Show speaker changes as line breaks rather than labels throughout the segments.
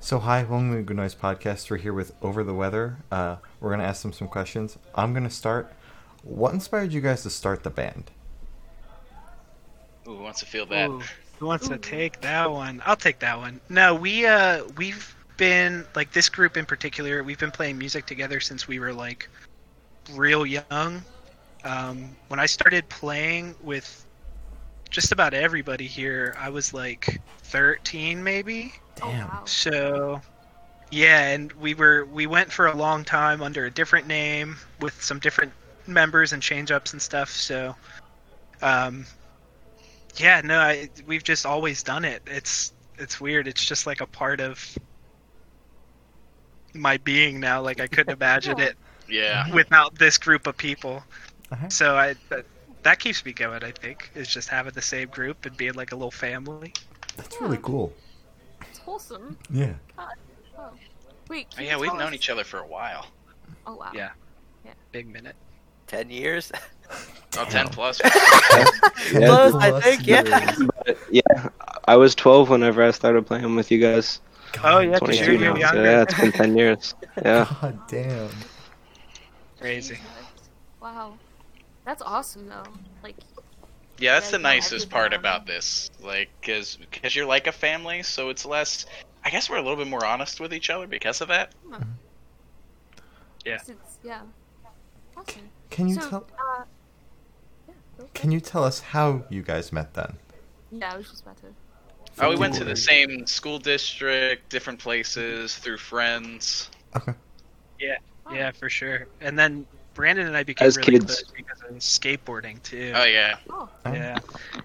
So, hi, welcome to Good Noise Podcast. We're here with Over the Weather. Uh, we're going to ask them some questions. I'm going to start. What inspired you guys to start the band?
Ooh, wants to feel that.
Ooh, who wants to take that one? I'll take that one. No, we uh we've been like this group in particular, we've been playing music together since we were like real young. Um, when I started playing with just about everybody here, I was like 13 maybe.
Oh,
Oh,
Damn.
So yeah, and we were we went for a long time under a different name with some different members and change ups and stuff. So um yeah, no, I, we've just always done it. It's it's weird. It's just like a part of my being now. Like I couldn't imagine it
Yeah.
without this group of people.
Uh-huh.
So I that, that keeps me going. I think is just having the same group and being like a little family.
That's really cool.
It's wholesome.
Yeah.
Oh. Wait.
Oh,
can
yeah,
you
we've
tell
known
us-
each other for a while.
Oh wow.
Yeah.
Yeah.
Big minute.
Ten years?
Oh,
Damn.
10 plus.
Close, I think, yeah.
But yeah, I was 12 whenever I started playing with you guys.
Oh yeah, 'cause
22
you're, you're
now. So
younger.
yeah, it's been 10 years. Yeah.
God damn.
Crazy.
Jesus. Wow. That's awesome though. Like
Yeah, that's
Yeah,
the
you
nicest
know,
part
everyone.
about this. Like, because cause you're like a family, so it's less. I guess we're a little bit more honest with each other because of that.
Yeah.
It's, yeah. Awesome.
Can you
so,
tell?
Uh, yeah, go for
Can
it.
you tell us how you guys met then?
Yeah, I was just about to.
Oh, we went to the
Ooh.
same school district, different places, through friends.
Okay.
Yeah, for sure. And then Brandon and I became
As
really
kids.
close because of skateboarding too.
Oh, yeah.
Oh,
Yeah.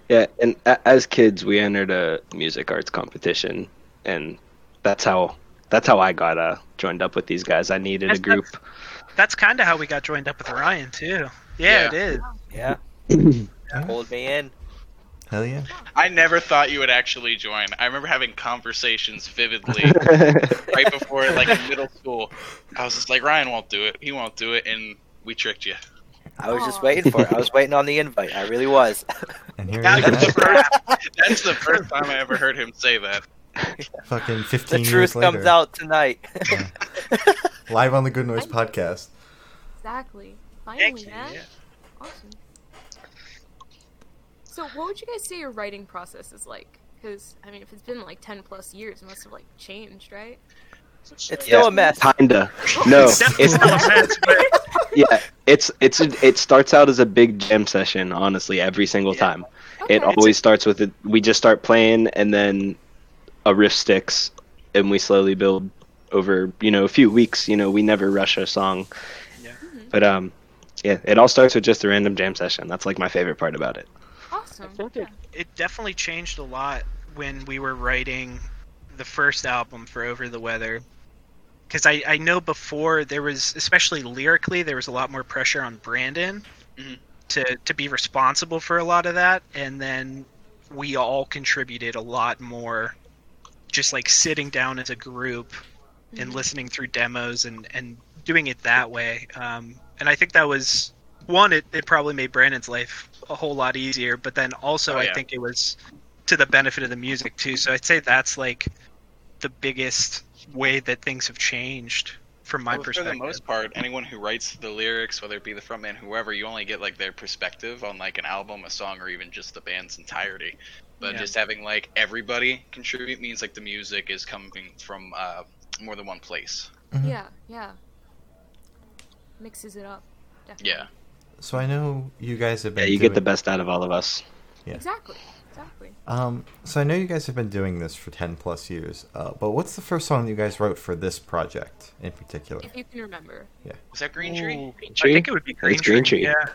Yeah, and a- as kids, we entered a music arts competition, and that's how that's how I got uh, joined up with these guys. I needed a
That's-
group.
That's kind of how we got joined up with Ryan too. Yeah,
Yeah.
it is.
Yeah. Hold me in.
Hell yeah.
I never thought you would actually join. I remember having conversations vividly right before, like, in middle school. I was just like, Ryan won't do it. He won't do it. And we tricked you.
I was just
Aw.
waiting for it. I was waiting on the invite. I really was.
And here you
Now
are,
you
That's the
just-
first, that's the first time I ever heard him say that.
fucking
The
15 years
truth
later,
comes out tonight.
live on the Good Noise podcast.
exactly. Finally,
Thank you,
man.
yeah.
Awesome. So, what would you guys say your writing process is like? Because I mean, if it's been like ten plus years, it must have like changed, right?
It's still a mess.
Kinda. No,
It's definitely
it's
still a mess, but
yeah. It's it's it starts out as a big jam session. Honestly, every single
Yeah.
time.
Okay.
It always starts with it. We just start playing, and then a riff sticks, and we slowly build over you know a few weeks. You know, we never rush a song.
Yeah.
Mhm.
But um, yeah, it all starts with just a random jam session. That's like my favorite part about it.
awesome.
it definitely changed a lot when we were writing the first album for Over the Weather. Because I, I know before there was, especially lyrically, there was a lot more pressure on Brandon
Mhm.
to, to be responsible for a lot of that. And then we all contributed a lot more, just like sitting down as a group and
Mhm.
listening through demos and, and doing it that way. Um, and I think that was one, it, it probably made Brandon's life a whole lot easier, but then also
Oh, yeah.
I think it was to the benefit of the music too. So I'd say that's like the biggest way that things have changed from my
Well,
perspective.
For the most part, anyone who writes the lyrics, whether it be the frontman, whoever, you only get like their perspective on like an album, a song, or even just the band's entirety. But
Yeah.
just having like everybody contribute means like the music is coming from uh, more than one place.
Mhm.
Yeah, yeah. Mixes it up. Definitely.
Yeah.
So I know you guys have
Yeah,
been.
you get the
doing-
best out of all of us.
Yeah.
Exactly. Exactly.
Um, so I know you guys have been doing this for ten plus years, uh, but what's the first song you guys wrote for this project in particular?
If you can remember.
Was that Green Tree?
I think it would be Green,
It's Green Tree.
Yeah.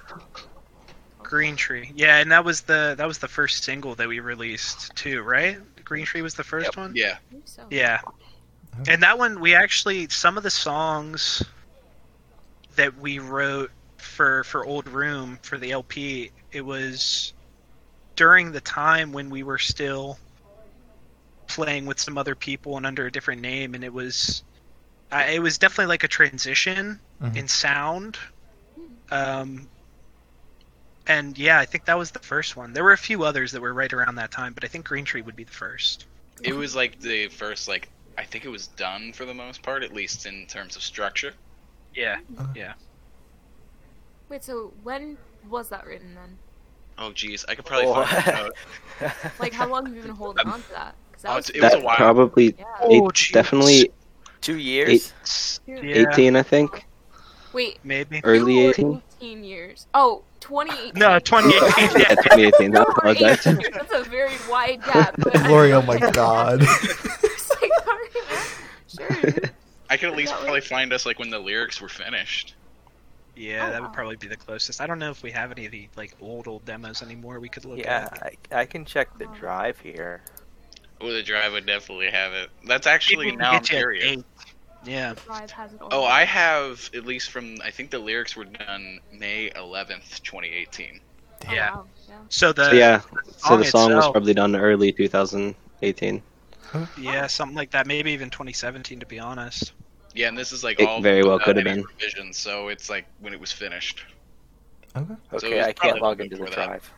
Green Tree. Yeah, and that was the that was the first single that we released too, right? Green Tree was the first one?
Yeah.
I think so.
Yeah. And that one, we actually some of the songs that we wrote for for Old Room for the LP, it was during the time when we were still playing with some other people and under a different name, and it was I, it was definitely like a transition
Mhm.
in sound. Um, and yeah, I think that was the first one. There were a few others that were right around that time, but I think Green Tree would be the first.
It was like the first like I think it was done for the most part, at least in terms of structure.
Yeah.
Wait, so when was that written then?
Oh, geez, I could probably
Oh.
find that out.
Like, how long have you been holding on to that? 'Cause that
Oh,
was
it was
that
a while.
probably
yeah.
Oh,
eight,
jeez.
definitely
Two years.
eight,
Yeah.
18 I think.
Wait,
Maybe.
Early
you were
18.
18 years. Oh, 2018.
No, 2018.
yeah, 2018. I
You were 18.
apologize.
That's a very wide gap. but I-
Lori, oh my god.
It's like, all right, man. Sure. dude.
I could at least
That was-
probably find us like when the lyrics were finished.
Yeah,
Oh,
that
wow.
would probably be the closest. I don't know if we have any of the like old old demos anymore. We could look
Yeah,
at.
I, I can check the drive here.
Oh, the drive would definitely have it. That's actually
Maybe we
now
can
I'm
get you a
curious.
date. Yeah.
Live has it all.
Oh, I have at least from I think the lyrics were done May 11th, 2018.
Oh,
Yeah.
wow, yeah.
So the
So, yeah, so
song
the song was
itself-
probably done early 2018.
yeah, something like that. Maybe even 2017, to be honest.
Yeah, and this is like
It
all
very well
without
could have
any
been.
revisions, so it's like when it was finished.
Okay.
So it
Okay,
was
I
probably
can't log into the
before that.
drive.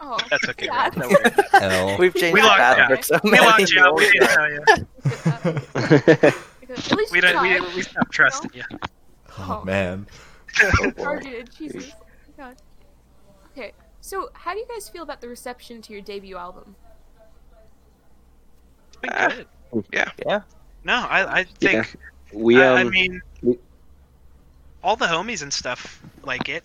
Oh,
That's okay.
Yeah.
Ryan, don't worry.
L.
We've changed
We
the
logged
password so
we
many
locked you out. We didn't
times.
know you.
look
Oh,
at that. At least
We don't.
tried.
We, we stopped trusting you.
Oh man.
Oh, boy.
Targeted, Jesus. Oh my God. Okay, so how do you guys feel about the reception to your debut album?
It's been
Ah.
good.
Yeah.
Yeah.
No, I I think
Yeah. We
I,
um
I mean,
we-
all the homies and stuff like it.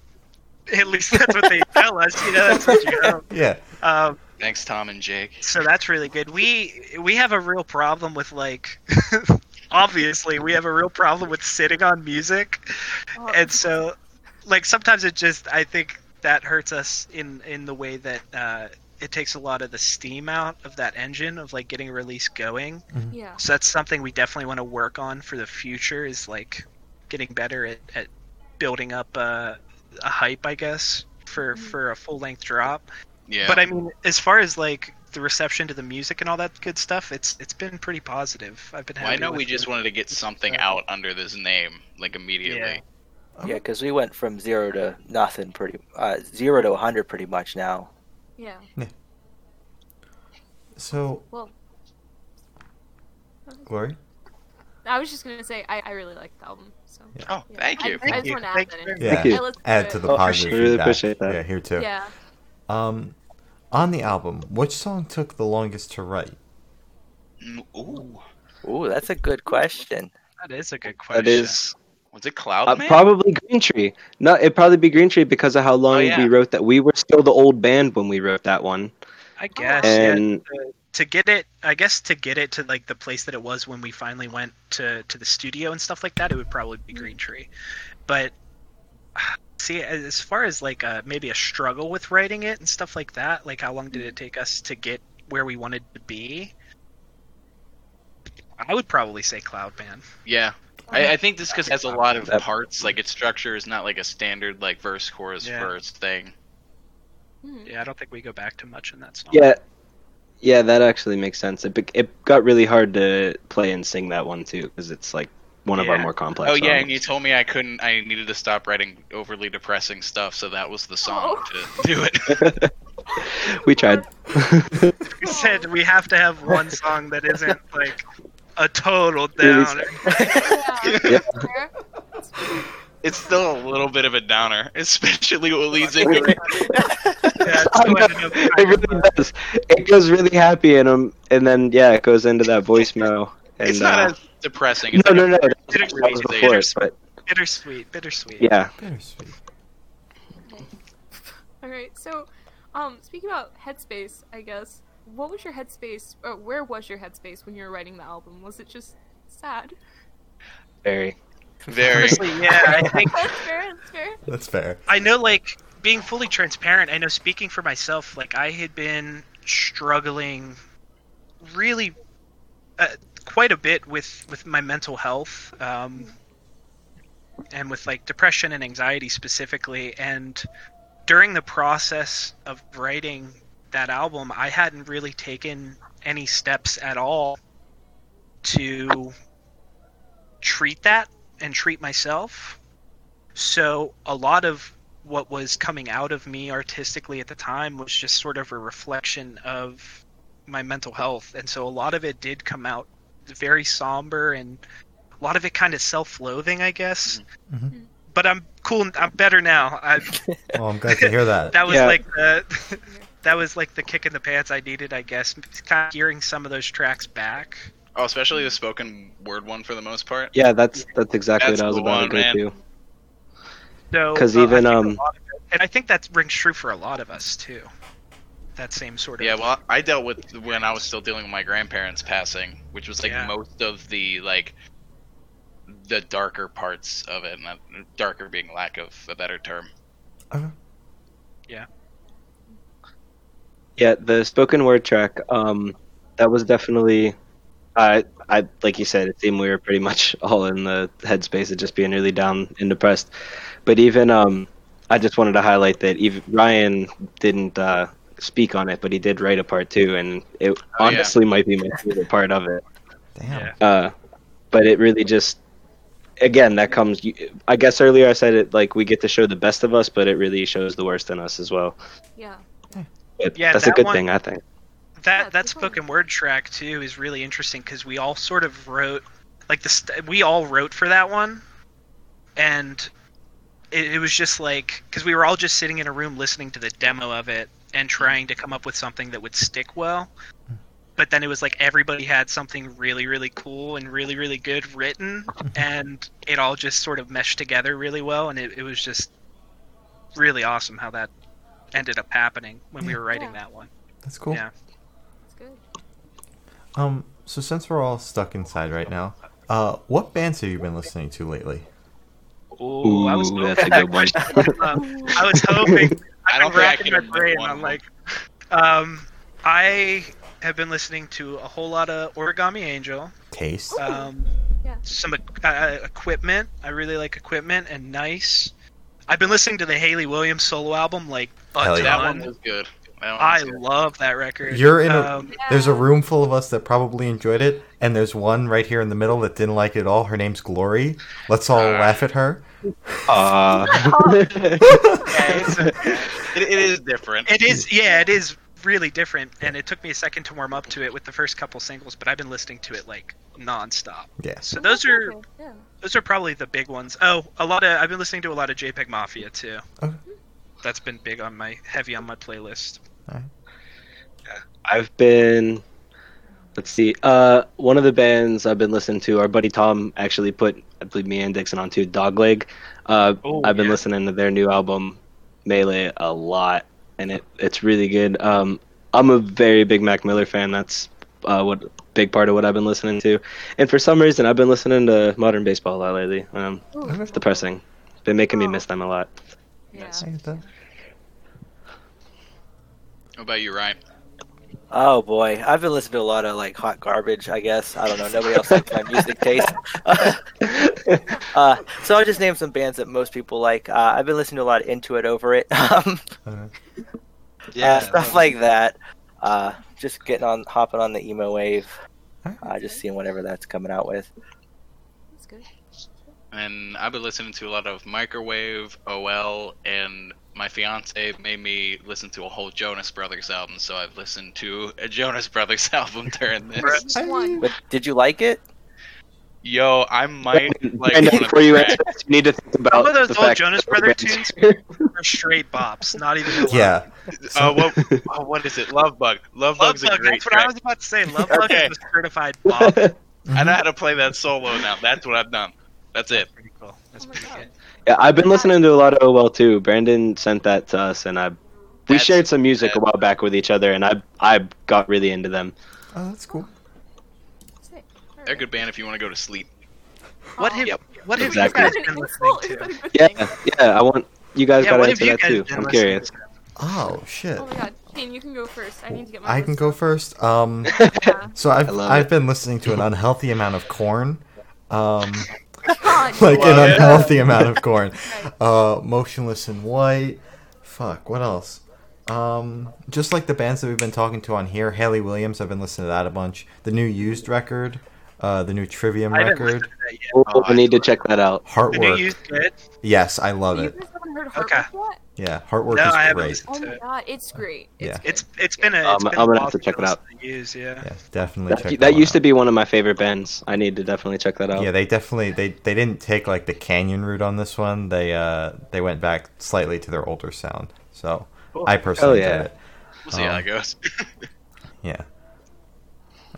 At least that's what they tell us. You know, that's what you know.
Yeah.
Um,
Thanks, Tom and Jake.
so that's really good. We we have a real problem with like, obviously we have a real problem with sitting on music,
Oh,
and so like sometimes it just I think that hurts us in in the way that uh, it takes a lot of the steam out of that engine of like getting a release going.
yeah.
So that's something we definitely want to work on for the future is like getting better at, at building up a, a hype, I guess, for
Mhm.
for a full length drop.
Yeah.
But I mean, as far as like the reception to the music and all that good stuff, it's it's been pretty positive. I've been.
Well, I
happy
know
with
we
it.
just wanted to get something out under this name, like immediately.
Yeah.
Yeah, because we went from zero to nothing pretty, uh, zero to 100 pretty much now.
Yeah.
So
Well.
Lori?
I was just gonna say I, I really like the album. So
Oh, thank
I-
you.
I, just want to add
Thank
that
you.
in.
Yeah.
Thank you.
I listened
Add to the
Oh,
positive
appreciate- really
feedback.
appreciate that.
Yeah, here too.
Yeah.
Um on the album, which song took the longest to write?
Mm, Ooh,
Ooh, that's a good question.
That is a good question.
that is
was it Cloud
uh,
Man?
probably Green Tree. No, it'd probably be Green Tree because of how long
Oh, yeah. Oh.
we wrote that. We were still the old band when we wrote that one.
I guess. yeah.
and
to get it i guess to get it to like the place that it was when we finally went to to the studio and stuff like that it would probably be green tree but ah, see as as far as like uh maybe a struggle with writing it and stuff like that like how long did it take us to get where we wanted to be i would probably say cloud man
Yeah, I, I think this because has a lot of
That-
parts. Like its structure is not like a standard like verse, chorus,
Yeah.
verse thing.
Mhm.
yeah i don't think we go back to much in that song
yeah, yeah, that actually makes sense. It bec- it got really hard to play and sing that one too because it's like one of our
Yeah.
more complex.
Oh yeah,
songs.
and you told me I couldn't. I needed to stop writing overly depressing stuff, so that was the song
Oh.
to do it.
we tried.
we said we have to have one song that isn't like a total down
Yeah.
Yeah.
Fair.
it's still a little bit of a downer, especially what leads into it.
Yeah,
I
so
know.
ended up
It
kind of,
really does. It goes really happy, and um, and then yeah, it goes into that voicemail. And,
It's not
uh,
as depressing. It's
no,
like
no,
a
no, that
bittersweet
was before,
thing.
but
bittersweet bittersweet
yeah,
Bittersweet.
All right. So, um, speaking about headspace, I guess what was your headspace? Or where was your headspace when you were writing the album? Was it just sad?
very.
Very.
Honestly, yeah, I think
That's fair. That's fair.
That's fair.
I know. Like being fully transparent, I know. Speaking for myself, like I had been struggling really uh, quite a bit with with my mental health, um, and with like depression and anxiety specifically. And during the process of writing that album, I hadn't really taken any steps at all to treat that and treat myself. So a lot of what was coming out of me artistically at the time was just sort of a reflection of my mental health. And so a lot of it did come out very somber and a lot of it kind of self-loathing, I guess.
Mm-hmm.
Mhm.
But I'm cool. I'm better now. I,
Oh, I'm glad to hear that.
that was
Yeah.
like the that was like the kick in the pants I needed, I guess. Kind of hearing some of those tracks back.
Oh, especially the spoken word one for the most part.
Yeah, that's that's exactly
That's
what I was
the
about
one,
to go
man.
to.
So
'Cause
uh, I
even,
think a
um,
lot of it- and I think that rings true for a lot of us too. That same sort of
Yeah, well, I dealt with when I was still dealing with my grandparents passing, which was like
Yeah.
most of the like the darker parts of it, and that- darker being lack of a better term.
Yeah, the spoken word track. Um, that was definitely, I, I like you said, it seemed we were pretty much all in the headspace of just being really down and depressed. But even, um, I just wanted to highlight that even Ryan didn't uh, speak on it, but he did write a part too, and
Oh,
it
yeah.
honestly might be my favorite part of it.
Damn.
Yeah.
Uh, but it really just, again, that comes. I guess earlier I said it like we get to show the best of us, but it really shows the worst in us as well.
Yeah.
But
Yeah,
that's a
that
good
one-
thing, I think.
Yeah,
that that
good
spoken word track too is really interesting because we all sort of wrote like the st- we all wrote for that one and it, it was just like because we were all just sitting in a room listening to the demo of it and trying to come up with something that would stick well but then it was like everybody had something really really cool and really really good written and it all just sort of meshed together really well and it, it was just really awesome how that ended up happening when we were writing
Mm. Yeah.
that one
That's cool.
yeah
That's good.
Um, so since we're all stuck inside right now, uh, what bands have you been listening to lately?
Ooh, I was
Ooh,
hoping
that's a
that
good one.
question would come up. Um, I was hoping.
I
I've
don't
been
think I
racking
can
my
remember
brain.
one
I'm
of
like, um, I have been listening to a whole lot of Origami Angel.
Taste.
Um,
Yeah.
Some uh, equipment. I really like equipment and nice. I've been listening to the Haley Williams solo album like a
Hell
ton.
yeah.
That one was good. That one
I
was good.
love that record.
You're in a-
Um,
There's a
Yeah.
room full of us that probably enjoyed it, and there's one right here in the middle that didn't like it at all. Her name's Glory. Let's all
Uh.
laugh at her.
Uh,
yeah, it's a-
It, it is different.
It is, yeah, it is really different, and it took me a second to warm up to it with the first couple singles, but I've been listening to it like nonstop.
Yes.
So those are
Okay, Yeah.
those are probably the big ones. Oh, a lot of I've been listening to a lot of JPEG Mafia too.
Okay.
That's been big on my heavy on my playlist.
I've been. Let's see. Uh, one of the bands I've been listening to, our buddy Tom actually put, I believe, me and Dixon onto Dogleg. Uh,
Oh,
I've been
yeah.
listening to their new album, Melee, a lot, and it it's really good. Um, I'm a very big Mac Miller fan. That's uh, what big part of what I've been listening to. And for some reason, I've been listening to modern baseball a lot lately. Um,
Ooh,
Okay.
it's depressing. Been making me miss them a lot.
yeah.
I get that.
What about you, Ryan?
Oh boy, I've been listening to a lot of like hot garbage. I guess I don't know. Nobody else likes my music taste. uh, so I'll just name some bands that most people like. Uh, I've been listening to a lot of Into It Over It, um,
Okay.
uh, stuff like that. Uh, just getting on, hopping on the emo wave. Uh, just seeing whatever that's coming out with.
That's good.
And I've been listening to a lot of Microwave, OL, and my fiance made me listen to a whole Jonas Brothers album, so I've listened to a Jonas Brothers album during this.
Just one.
But did you like it?
Yo, I might like
Brandon,
one of
before you
the
answer this, you need to think about
Some of those
the
old
fact
Jonas
that other
Brothers
bands-
tunes are straight bops, not even. the
Yeah.
tracks. uh, what, oh, what is it? Love Bug. Love
Love
Bug's a
Bug,
great
that's what I
track.
was about to say. Love Bug
Okay.
is a certified bop.
Mm-hmm.
I know how to play that solo now. That's what I've done. That's it.
Pretty cool. That's
Oh my
pretty
God.
good.
Yeah, I've been listening to a lot of OL too. Brandon sent that to us, and I we
That's-
shared some music a while back with each other, and I I got really into them.
Oh, that's cool.
Sick. All
They're a
right.
good band if you want to go to sleep.
What
Oh.
have what have
Exactly.
you guys
Is that
been
an
listening
insult? Is
to?
that a good
Yeah,
thing?
yeah. I want you guys
Yeah,
got
what
to
have
answer
you
that
guys
too.
been
I'm
listening
curious.
to?
Oh shit.
Oh my god, Kane, you can go first. I need to get my.
I can
list
go
up.
first. Um,
Oh,
Yeah.
so I've
love
I've been listening to an unhealthy amount of corn. Um, like an
Love
God,
it.
unhealthy amount of corn.
Right.
Uh, motionless in white. Fuck. What else? Um, just like the bands that we've been talking to on here, Haley Williams. I've been listening to that a bunch. The new used record, uh, the new Trivium
I haven't
record,
listened to that yet.
We'll,
Oh,
we need to
excellent.
check that out.
The new
Heartwork.
used good.
yes, I love
You
it.
guys haven't haven't heard Heartwork
Okay.
yet?
Yeah, Heartwork
No,
is
I haven't
great.
listened
Oh
to
my
it.
god, it's great. It's
Yeah.
great.
It's it's been a.
Um,
it's been
I'm
a
gonna
while
have to check it
since
out.
I used, yeah.
Yeah, definitely check
That, that
one
used to
out.
be one of my favorite bands. I need to definitely check that out.
Yeah, they definitely they they didn't take like the canyon route on this one. They uh they went back slightly to their older sound. So I personally
Hell yeah.
did it.
We'll see
Oh.
how that goes.
Yeah.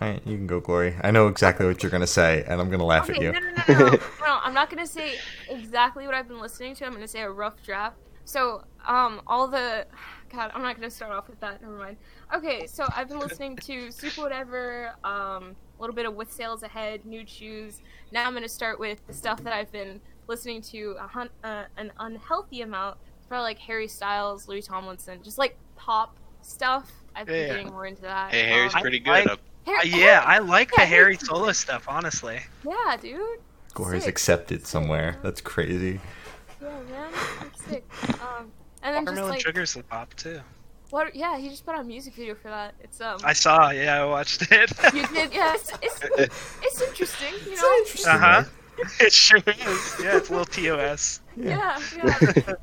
All right, you can go, Glory. I know exactly what you're gonna say, and I'm gonna laugh at
Okay,
you.
no, no, no, no, no. No, I'm not gonna say exactly what I've been listening to. I'm gonna say a rough draft. So, um, all the, God, I'm not gonna start off with that. Never mind. Okay, so I've been listening to Super Whatever, um, a little bit of With Sales Ahead, Nude Shoes. Now I'm gonna start with the stuff that I've been listening to a hun- uh, an unhealthy amount, probably like Harry Styles, Louis Tomlinson, just like pop stuff. I've been
Yeah.
getting more into that.
Hey, Harry's
Um,
pretty
I-
good. up
Harry-
Uh, yeah, I like the
Yeah,
Harry
he's-
Solo stuff, honestly.
Yeah, dude.
Glory's
Sick.
accepted somewhere. That's crazy.
Yeah, man, that's sick. Um, and then just
Watermelon
like
Sugar's the pop too.
what? Yeah, he just put out a music video for that. It's um,
I saw. Yeah, I watched it.
you did, yeah, it's, it's, it's interesting, you know.
It's interesting,
Uh-huh.
right?
it sure is. Yeah, it's a little TOS.
Yeah, yeah. yeah.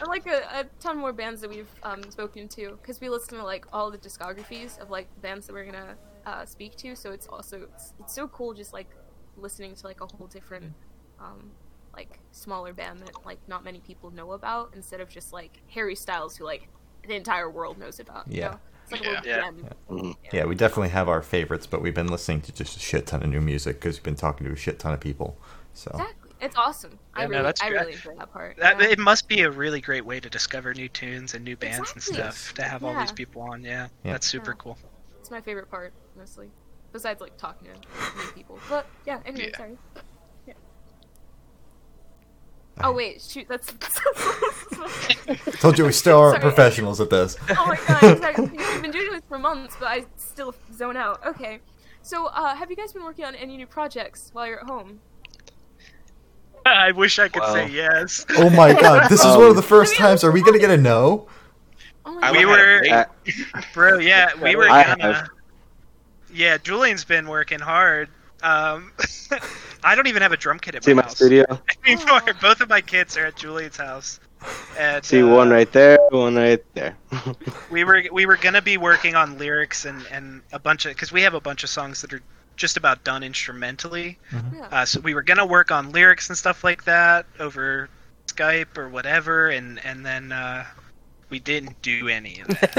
And like a, a ton more bands that we've um, spoken to, because we listen to like all the discographies of like bands that we're gonna uh, speak to. So it's also it's, it's so cool just like listening to like a whole different um, like smaller band that like not many people know about, instead of just like Harry Styles, who like the entire world knows about. you
Yeah. Mm-hmm.
know? It's like a little
Yeah.
gem.
Yeah, we definitely have our favorites, but we've been listening to just a shit ton of new music because we've been talking to a shit ton of people. So
Exactly. It's awesome. I
Yeah, no,
really,
that's
I
great.
really enjoy that part.
That
yeah.
it must be a really great way to discover new tunes and new bands
Exactly.
and stuff to have all these
Yeah.
people on. Yeah,
Yeah.
that's super
Yeah.
cool.
It's my favorite part, honestly. Besides like talking to new people. But yeah, anyway,
Yeah.
sorry. Yeah.
Okay.
Oh wait, shoot, that's. oh
told you we still aren't
Sorry. Oh
professionals at this.
my god, I'm sorry. I've been doing this for months, but I still zone out. Okay, so uh, have you guys been working on any new projects while you're at home?
I wish I could
Wow.
say yes.
Oh my god, this is one of the first
Um,
times. Are we gonna get a no?
Oh my
I
We
learned
god.
how to
were-
bake.
Uh,
Bro, yeah, we were
I
gonna.
have.
Yeah, Julian's been working hard. Um, I don't even have a drum kit at
See
my
my
house
studio.
anymore.
Aw.
Both of my kits are at Julian's house. And,
See
uh,
one right there, one right there.
We were we were gonna be working on lyrics and and a bunch of because we have a bunch of songs that are just about done instrumentally.
Yeah.
Uh, so we were gonna work on lyrics and stuff like that over Skype or whatever, and and then uh, we didn't do any of that.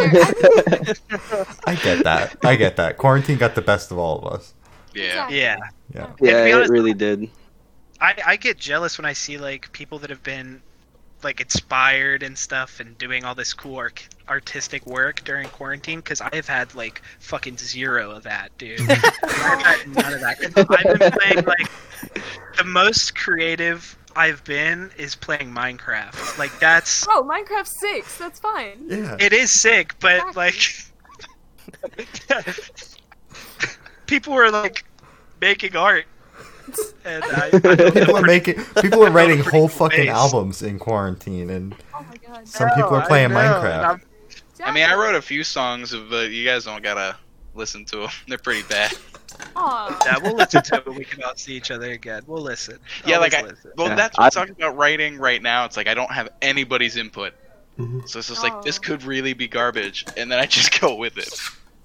Oh, That's fair. I mean,
I get that. I get that. Quarantine got the best of all of us.
Yeah.
yeah,
Yeah.
yeah,
be honest-
it really did.
I I get jealous when I see like people that have been like inspired and stuff and doing all this cool arc- artistic work during quarantine because I've had like fucking zero of that, dude. I've had none of that. I've been playing like the most creative I've been is playing Minecraft. Like that's
oh, Minecraft Six. That's fine.
Yeah.
It is sick, but
Exactly.
like people were like making art, and I, I don't
People
know,
are making people are writing
pretty
whole
cool
fucking
base.
albums in quarantine and
Oh my god.
some people are
I
playing
know, and
Minecraft.
I'm-
I mean, I wrote a few songs, but you guys don't gotta listen to them. They're pretty bad.
Aw.
Yeah, we'll listen to it when we can all see each other again. We'll listen.
Yeah,
Always
like I-
listen.
Well,
Yeah,
that's what I'm
I-
talking about writing right now. It's like I don't have anybody's input.
Mhm.
So it's just like, this
Oh.
could really be garbage. And then I just go with it.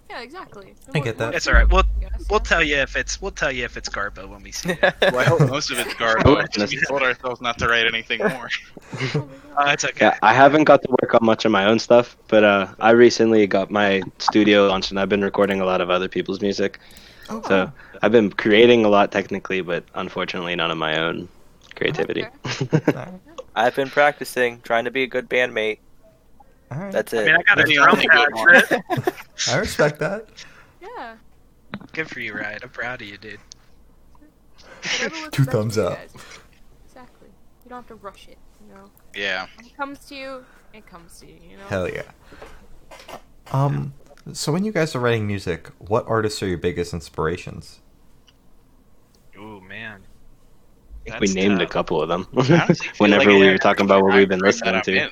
Yeah, exactly.
I get that.
It's all right. We'll
I guess,
we'll
yeah.
tell you if it's we'll tell you if it's Garbo when we see it.
Well, I hope most of it's
Oh,
garbage.
goodness.
we told ourselves not to write anything more.
Oh my god.
Uh, it's okay.
Yeah, I haven't got to work on much of my own stuff, but uh, I recently got my studio launched, and I've been recording a lot of other people's music. So
Oh.
I've been creating a lot technically, but unfortunately, none of my own creativity.
I've been practicing, trying to be a good bandmate.
All right.
That's
I
it.
mean, I got a
Maybe
drum
I'll
pad.
take one.
Trip.
I respect that.
Yeah.
Good for you, Ryan. I'm proud of you, dude.
Whatever works
Two
best for
thumbs
you
up.
guys. Exactly. You don't have to rush it, you know.
Yeah.
When it comes to you, it comes to you, you know.
Hell yeah. Um so when you guys are writing music, what artists are your biggest inspirations?
Ooh man.
I think we
That's
named a
tough.
couple of them
Honestly, I feel
whenever
like
we
I-
were talking about what
I
we've been
heard that
listening
I'm in.
to.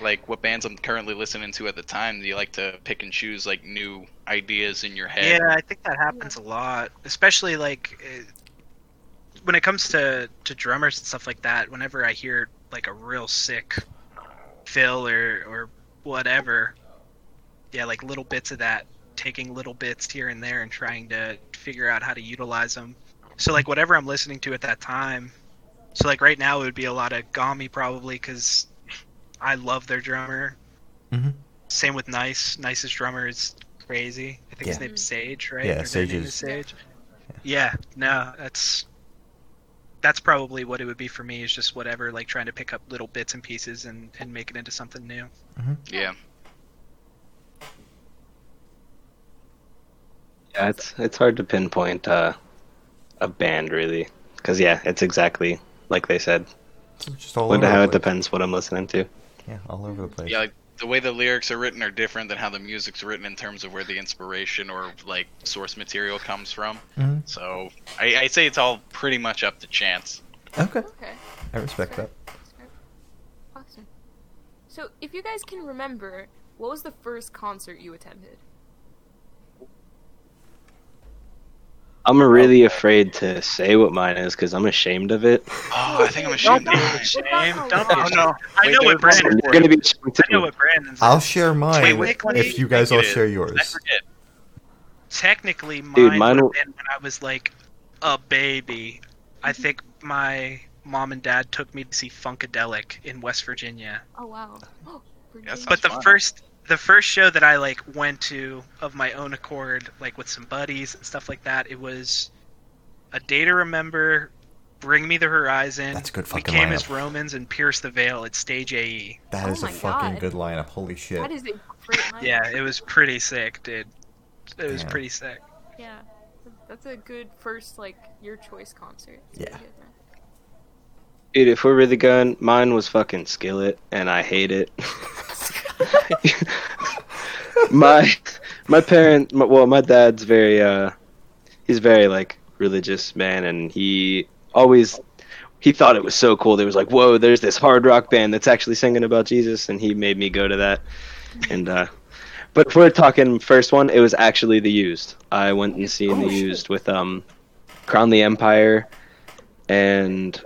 Like what bands I'm currently listening to at the time, do you like to pick and choose like new ideas in your head?
Yeah, I think that happens a lot, especially like uh, when it comes to to drummers and stuff like that, whenever I hear like a real sick fill or or whatever, yeah, like little bits of that, taking little bits here and there and trying to figure out how to utilize them. So like whatever I'm listening to at that time. So like right now it would be a lot of Gami probably because I love their drummer.
Mhm.
Same with Nice. Nice's drummer is crazy. I think his
Yeah.
name's Sage, right?
Yeah,
Or their
Sage
name
is-
Sage. Yeah. No, that's that's probably what it would be for me. Is just whatever, like trying to pick up little bits and pieces and and make it into something new.
Yeah.
Yeah, it's it's hard to pinpoint uh, a band really, because yeah, it's exactly like they said.
It's just all
What
over
how
the
it
place.
depends what I'm listening to.
Yeah, all over the place.
Yeah, like the way the lyrics are written are different than how the music's written in terms of where the inspiration or like source material comes from.
Mhm.
So I, I say it's all pretty much up to chance.
Okay,
Okay.
I respect that.
Awesome. So, if you guys can remember, what was the first concert you attended?
I'm really afraid to say what mine is because I'm ashamed of it.
Oh, I think I'm ashamed.
Don't
of
be
it.
ashamed. Don't
Oh
be ashamed.
no.
I know what Brandon.
You're gonna be ashamed
I know
too.
what Brandon's.
I'll share mine
wait, let
if
me
you guys
think
all
it is.
share
I
yours.
forget.
technically mine,
Dude, mine
would have been when I was like a baby. I think my mom and dad took me to see Funkadelic in West Virginia.
Oh wow. Oh,
Yes,
Virginia.
But the
fun.
first the first show that I like went to of my own accord, like with some buddies and stuff like that, it was a day to remember, Bring Me the Horizon.
That's a good
We
fucking
came
lineup.
as Romans and Pierce the Veil at Stage E. AE.
That
Oh
is a
my
fucking
God.
good lineup. Holy shit.
that is a great lineup.
Yeah, it was pretty sick, dude. It was
Yeah.
pretty sick.
Yeah. That's a good first like your choice concert. It's
Yeah.
pretty good, man.
Dude, if we're really going, mine was fucking Skillet, and I hate it. my my parent, my, well, my dad's very uh, he's very like religious man, and he always he thought it was so cool. There was like, whoa, there's this hard rock band that's actually singing about Jesus, and he made me go to that. And uh, but if we're talking first one, it was actually The Used. I went and seen The Used with um, Crown the Empire, and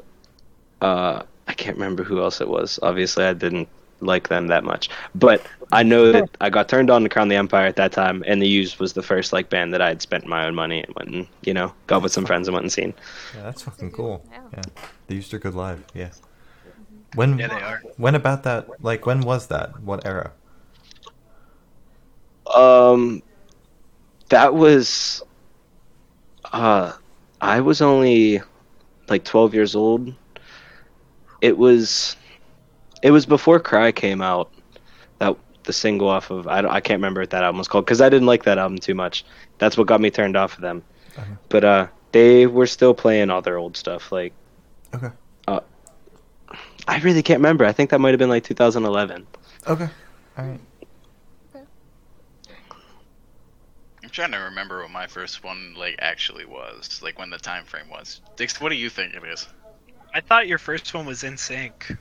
uh, I can't remember who else it was. Obviously, I didn't like them that much, but I know that I got turned on to Crown the Empire at that time, and The Used was the first like band that I had spent my own money and went and you know got with some friends and went and seen.
Yeah, that's
That's a
fucking
good-
cool.
yeah.
Yeah, they used to good live. Yeah. When
Yeah, they are.
when about that? Like when was that? What era?
Um, that was, uh, I was only like 12 years old. It was, it was before Cry came out. That the single off of I, don't- I can't remember what that album was called because I didn't like that album too much. That's what got me turned off of them.
Uh-huh.
But uh, they were still playing all their old stuff. Like,
Okay.
Uh, I really can't remember. I think that might have been like 2011.
Okay. All right.
I'm trying to remember what my first one like actually was, like when the time frame was. Dix, what do you think it is?
I thought your first one was in sync.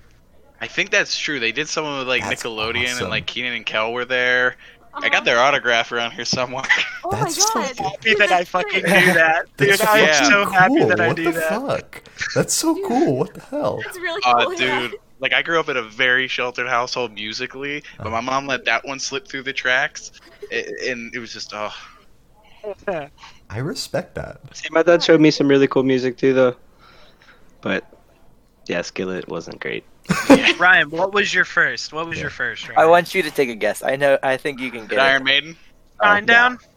I think that's true. They did someone with like
That's
Nickelodeon
awesome.
and like Keenan and Kel were there. I
Uh-huh.
got their autograph around here somewhere.
Oh
That's
my god.
fucking-
happy that I fucking do that. Dude,
That's
I am
fucking
so happy
cool.
that I
what
do
the
that.
fuck? That's so
Dude.
cool. What the hell?
That's really cool.
Uh,
yeah.
dude, like I grew up in a very sheltered household musically,
Uh-huh.
but my mom let that one slip through the tracks, a- and it was just oh,
I respect that.
See, my dad showed me some really cool music too, though. But yeah, Skillet wasn't great.
Ryan, what was your first? What was
Yeah.
your first? Ryan?
I want you to take a guess. I know. I think you can
did
get
Iron
it.
Maiden?
Shine Down.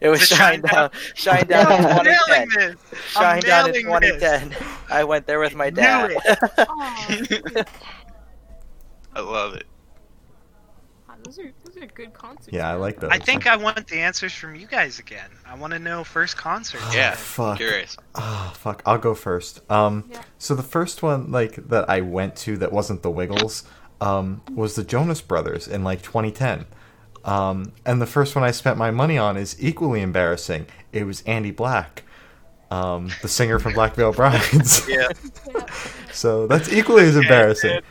It was
Just
Shine
Shine
Down. Shine
No, I'm
Down in 2010.
nailing this. I'm
Shine Down in
nailing this.
2010. I went there with my
Knew
dad.
Aw,
I love it.
those are those are good concerts.
Yeah, I like that.
I think I want the answers from you guys again. I want to know first concert.
Ah.
Yeah.
Fuck.
Curious.
Oh fuck, I'll go first. Um,
Yeah.
so the first one like that I went to that wasn't the Wiggles, um, was the Jonas Brothers in like 2010. Um, and the first one I spent my money on is equally embarrassing. It was Andy Black, um, the singer from Black Veil Brides.
Yeah.
so that's equally as embarrassing.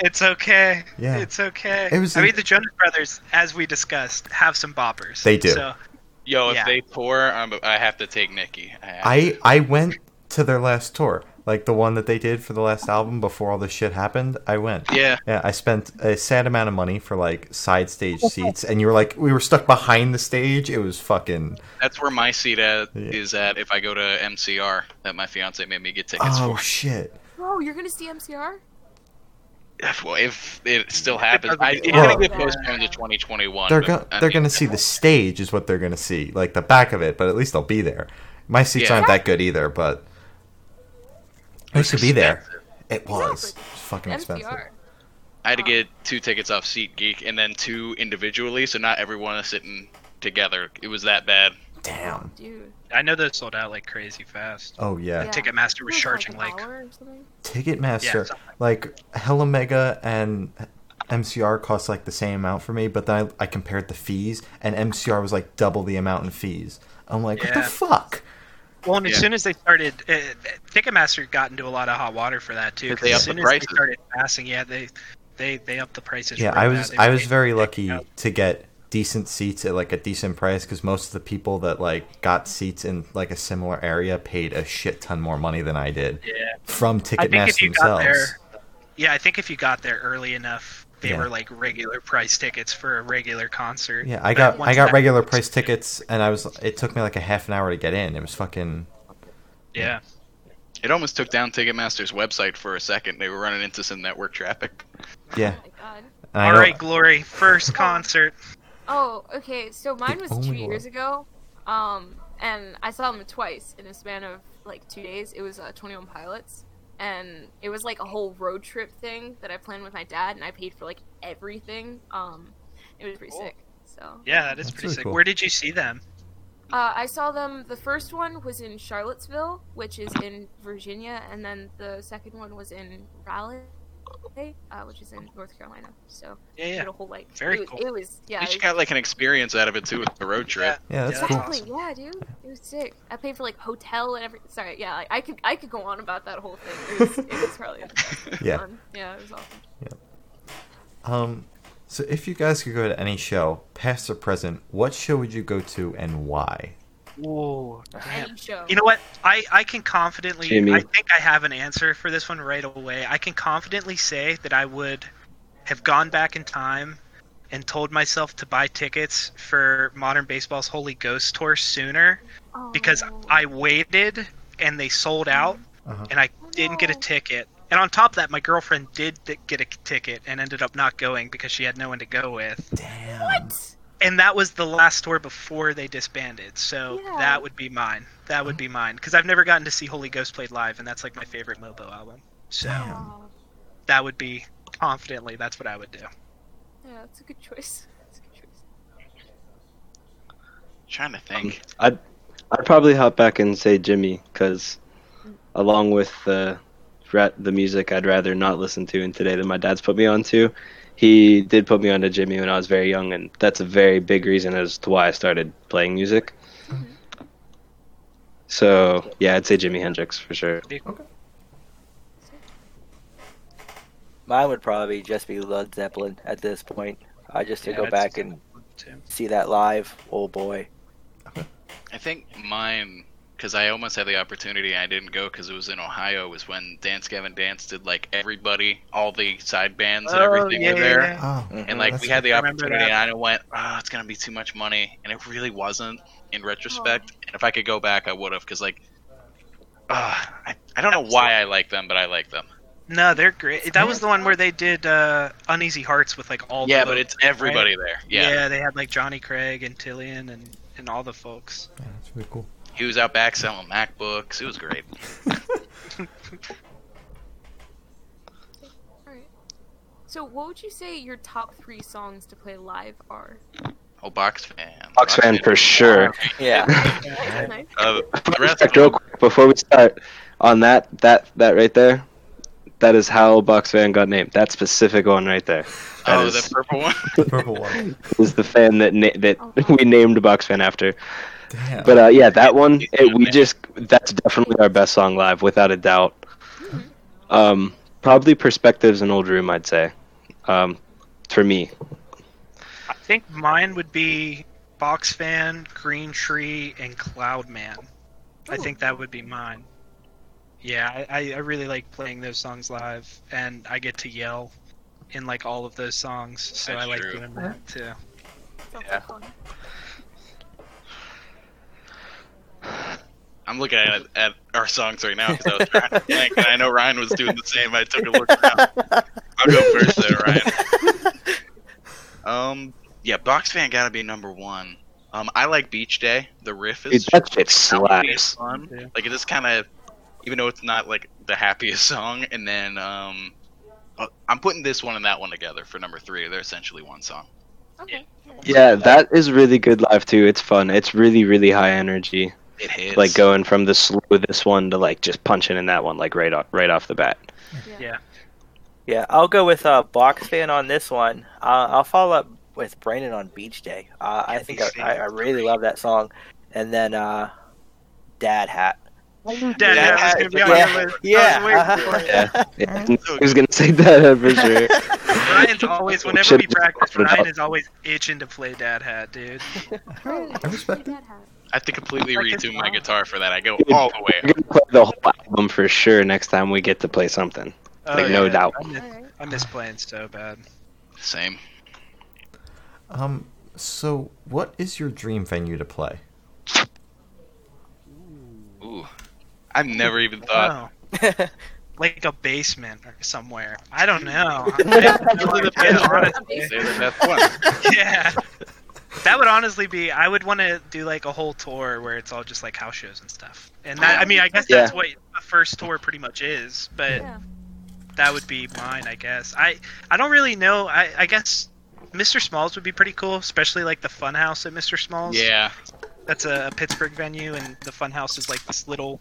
It's okay.
Yeah.
It's okay.
It was
I
in-
mean, the Jonas Brothers, as we discussed, have some boppers.
They do.
So
Yo, if um,
Yeah.
they pour, I'm, I have to take Nikki. I have
I I went to their last tour, like the one that they did for the last album before all this shit happened. I went.
Yeah.
Yeah, I spent a sad amount of money for like side stage seats, and you were like, we were stuck behind the stage. It was fucking.
That's where my seat at,
Yeah.
is at if I go to MCR that my fiance made me get tickets
Oh
for.
shit!
Bro, you're gonna see MCR?
If, well, if it still happens,
doesn't
I,
get
it's gonna
well-
get postponed to 2021.
They're
but,
go-
I
they're
mean,
gonna see the stage is what they're gonna see, like the back of it. But at least they'll be there. My seats
Yeah.
aren't that good either, but I used to be there. It was,
Exactly.
It was fucking expensive.
MCR.
I had to get two tickets off SeatGeek and then two individually, so not everyone is sitting together. It was that bad.
Damn.
Dude.
I know those sold out like crazy fast.
Oh yeah.
Yeah.
Ticketmaster was
It's
charging
like
like,
an hour or something.
Yeah,
Ticketmaster,
something.
like Hella Mega and MCR cost like the same amount for me, but then I, I compared the fees, and MCR was like double the amount in fees. I'm like, what the
Yeah.
fuck?
well, and as
Yeah.
soon as they started, uh, Ticketmaster got into a lot of hot water for that too.
'Cause
'cause
they
as
upped
soon
the
as
prices.
they started passing, yeah, they they they upped the prices.
Yeah,
real
I
bad.
was
They
I was
made-
very lucky
out.
to get decent seats at like a decent price because most of the people that like got seats in like a similar area paid a shit ton more money than I did
Yeah.
from
I think if
Ticketmaster
you got
themselves.
there, yeah, I think if you got there early enough, they
Yeah.
were like regular price tickets for a regular concert.
Yeah, I
But
got
once
I got
that-
regular price tickets, and I was it took me like a half an hour to get in. It was fucking
Yeah,
It almost took down Ticketmaster's website for a second. They were running into some network traffic.
yeah.
Oh my god.
And I
all
know-
right, Glory, first concert.
Oh, okay. So mine was
only
two
one.
years ago, um, and I saw them twice in a span of like two days. It was uh, Twenty One Pilots, and it was like a whole road trip thing that I planned with my dad, and I paid for like everything. Um, it was pretty sick. So
Yeah, that is
That's
pretty
really
sick.
cool.
Where did you see them?
uh, I saw them. The first one was in Charlottesville, which is in Virginia, and then the second one was in Raleigh, uh, which is in North Carolina. So
Yeah,
we
yeah.
had a whole like
Very
it was,
cool.
it was yeah.
At least
it
you
was-
got like an experience out of it too with the road trip.
Yeah, that's
Yeah.
cool.
Exactly. Yeah, dude. It was sick. I paid for like hotel and everything. Sorry. Yeah, like, I could I could go on about that whole thing. It was, it was probably
Yeah.
fun. Yeah, it was awesome.
Um, so if you guys could go to any show, past or present, what show would you go to and why?
Whoa,
Any show.
You know what? I, I can confidently.
Jimmy.
I think I have an answer for this one right away. I can confidently say that I would have gone back in time and told myself to buy tickets for Modern Baseball's Holy Ghost Tour sooner
Oh,
because I waited and they sold out
Uh-huh.
and I didn't get a
no.
ticket. And on top of that, my girlfriend did th- get a ticket and ended up not going because she had no one to go with.
Damn.
What?
And that was the last tour before they disbanded. So
Yeah.
that would be mine. That would be mine because I've never gotten to see Holy Ghost played live, and that's like my favorite Mobo album. So
Damn.
Oh,
that would be confidently. That's what I would do.
yeah, that's a good choice. That's a good choice.
trying to think.
I'd I'd probably hop back and say Jimmy because along with the ra- the music I'd rather not listen to and today that my dad's put me on to, he did put me on to Jimmy when I was very young and that's a very big reason as to why I started playing music. So yeah, I'd say Jimi Hendrix for sure.
Mine would probably just be Led Zeppelin at this point. I just to
Yeah,
go
I'd
back
say
and see that live. Oh boy.
I think mine, because I almost had the opportunity and I didn't go because it was in Ohio, was when Dance Gavin Dance did like everybody, all the side bands
Oh,
and everything were there.
Oh,
Mm.
Mm-hmm.
And like
that's
we had the
I remember
opportunity,
that.
and I went, "Oh, it's gonna be too much money," and it really wasn't. In retrospect, and if I could go back, I would have, because like, ah, I, I don't know why I like them, but I like them.
No, they're great. That was the one where they did uh, Uneasy Hearts with like all.
Yeah,
the
but it's everybody there. Yeah.
they had like Johnny Craig and Tillian and and all the folks.
yeah, that's really cool.
he was out back selling MacBooks. It was great.
Alright. So what would you say your top three songs to play live are?
Oh, box fan.
Box fan for sure.
Yeah.
That's nice.
Uh, the rest of
Fact, real quick before we start on that that that right there, that is how Box Fan got named. That specific one right there. That
oh,
is-
the purple one.
The purple one.
is the fan that na- that
Oh.
we named Box Fan after.
Damn.
But uh, yeah, that one it, we just that's definitely our best song live without a doubt.
Mm-hmm.
Um, probably Perspectives and Old Room, I'd say. Um, for me,
I think mine would be Box Fan, Green Tree, and Cloud Man. I
Ooh.
think that would be mine. Yeah, I, I really like playing those songs live, and I get to yell in like all of those songs, so
That's
I like
true.
doing that too.
Sounds
Yeah.
like fun.
I'm looking at, at our songs right now because I was trying to think, and I know Ryan was doing the same. I took a look. Around. I'll go first, there, Ryan. Um, yeah, Box Fan gotta be number one. Um, I like Beach Day. The riff
Dude,
is
that shit
it's
slaps.
fun.
Yeah.
Like it is kind of, even though it's not like the happiest song. And then um, uh, I'm putting this one and that one together for number three. They're essentially one song.
Okay. yeah.
Yeah, that is really good live too. It's fun. It's really, really high energy.
It hits.
Like going from the slow this one to like just punching in that one like right off right off the bat.
Yeah.
Yeah, I'll go with uh, Box Fan on this one. Uh, I'll follow up with Brandon on Beach Day. Uh, I think I, I, I really love that song. And then uh, Dad Hat.
Dad,
Yeah,
Dad was gonna be on
yeah,
your list. I was
Yeah.
waiting for it.
Yeah. yeah. I was gonna say that for sure.
Ryan's always, whenever
Should've
we
just
practice,
brought it
Ryan
up.
is always itching to play Dad Hat, dude.
I respect it.
I have to completely
Like it's
redo my
not.
guitar for that. I go
Dude,
all the way.
We're gonna play the whole album for sure next time we get to play something.
Oh,
Like, no doubt.
I miss,
Alright.
I miss playing so bad.
Same.
Um, so what is your dream venue to play?
Ooh, I've never even thought.
Oh. like a basement or somewhere. I don't know. I have no idea, honestly.
Say that that's one.
yeah. That would honestly be. I would want to do like a whole tour where it's all just like house shows and stuff. And that, I mean, I guess that's
Yeah.
what the first tour pretty much is. But
Yeah.
that would be mine, I guess. I I don't really know. I I guess Mr. Smalls would be pretty cool, especially like the Fun House at Mr. Smalls.
Yeah,
That's a, a Pittsburgh venue, and the Fun House is like this little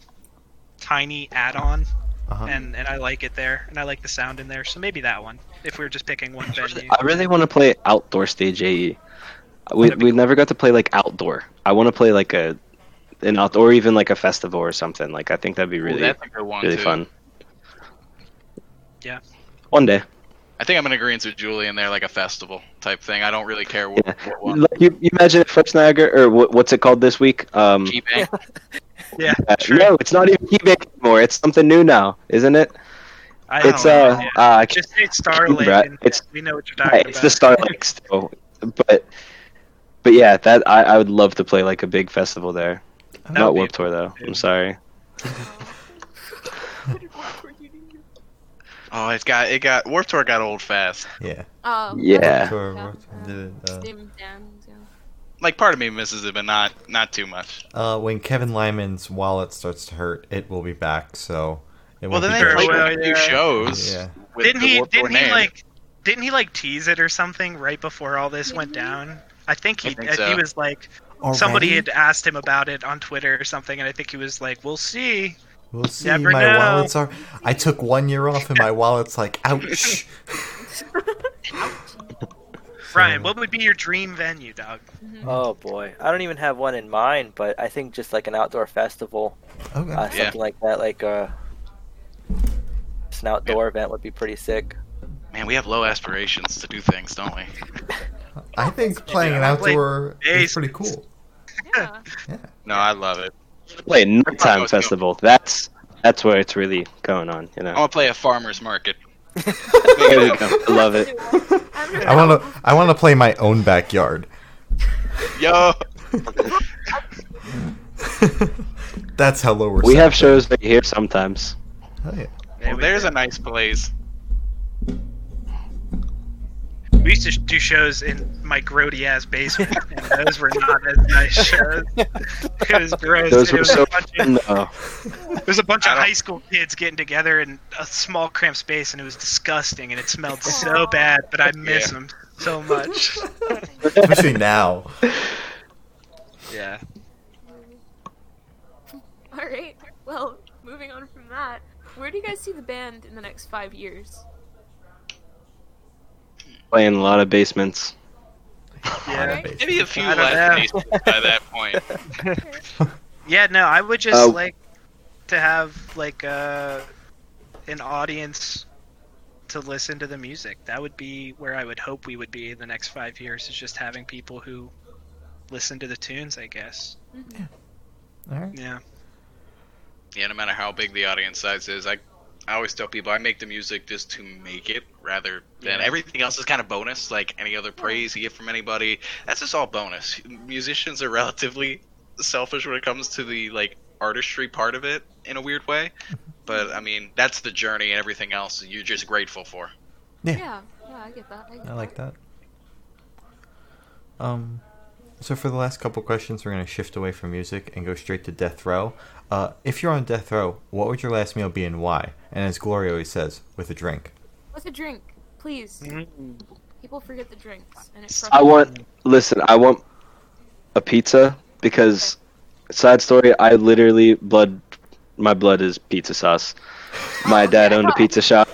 tiny add-on
Uh-huh.
and and I like it there, and I like the sound in there. So maybe that one, if we were just picking one venue.
I really want to play outdoor stage AE. We we never got to play like outdoor. I want to play like a an outdoor, or even like a festival or something. Like I think that'd be
Ooh,
really
that's a good one
really
too.
fun.
Yeah.
One day,
I think I'm in agreement with Julie in there, like a festival type thing. I don't really care what,
Yeah.
what one.
like, you, you imagine at First Niagara or what, what's it called this week? Um,
G-Bang.
Yeah,
uh, no, it's not even Quebec anymore. It's something new now, isn't it?
I don't
It's
know,
uh,
man.
uh I can't-
just say Starlink.
Brett,
and
it's-
we know what you're talking
it's
about.
the Starlink still, but but yeah, that I, I would love to play like a big festival there.
That
Not
would be
Warped Tour though.
amazing.
I'm sorry.
Oh, it got it got Warped Tour got old fast.
Yeah.
Um,
Yeah.
Tour-
Yeah.
the, uh,
Dim dams, yeah.
Like part of me misses it, but not not too much.
Uh, when Kevin Lyman's wallet starts to hurt, it will be back. So it
Well,
won't
then
be
they
Sure,
great.
played
well,
like a few
yeah.
shows.
Yeah.
with
didn't
the
he?
Warped Tour
Didn't he
name.
like? Didn't he like tease it or something right before all this went down? I think he
Mm-hmm. I think
uh, he
so.
was like
Already?
somebody had asked him about it on Twitter or something, and I think he was like, "We'll see."
We'll see.
Never
my
know.
wallets are. I took one year off, and my wallet's like, ouch.
Ryan, what would be your dream venue, dog?
Mm-hmm.
Uh,
Oh, boy. I don't even have one in mind, but I think just like an outdoor festival,
Okay.
uh, something
Yeah.
like that, like uh, just an outdoor event would be pretty sick.
Man, we have low aspirations to do things, don't we?
I think playing an
I play
outdoor is
bass.
pretty cool.
Yeah.
No, I love it.
Play a nighttime
Let's go.
festival. That's that's where it's really going on. You know.
Oh,
I'm gonna play a farmer's market.
There we go. I love it.
I want to. I want to play my own backyard.
Yo,
That's how low we're.
We
set.
have shows right here sometimes.
Oh, yeah.
well, there's a nice place.
We used to do shows in my grody ass basement, and those were not as nice shows. It was gross. and
Those
it
were
was
so
a bunch of,
fun though.
it was a bunch
I
of
don't-
high school kids getting together in a small cramped space, and it was disgusting, and it smelled so
Aw.
bad. But I miss them so much.
Especially now.
Yeah.
All right. Well, moving on from that, where do you guys see the band in the next five years?
Playing a lot of basements.
Yeah.
Maybe a few
I don't know.
less places by that point.
Yeah. No, I would just
Uh,
like to have like uh, an audience to listen to the music. That would be where I would hope we would be in the next five years. Is just having people who
Mm-hmm.
listen to the tunes. I guess.
All right.
Yeah.
Yeah, no matter how big the audience size is, I, I always tell people I make the music just to make it rather than
Yeah.
everything else is kind of bonus. Like any other praise you get from anybody, that's just all bonus. Musicians are relatively selfish when it comes to the like artistry part of it in a weird way. But I mean, that's the journey, and everything else you're just grateful for.
Yeah.
Yeah, yeah, I get that. I, get
I like that. Um, so for the last couple questions, we're going to shift away from music and go straight to death row. Uh, if you're on death row, what would your last meal be and why? And as Gloria always says, with a drink.
What's a drink, please? People forget the drinks, and it
I
frustrates
want. Listen, I want a pizza because side story. I literally blood. My blood is pizza sauce. My dad owned a pizza shop.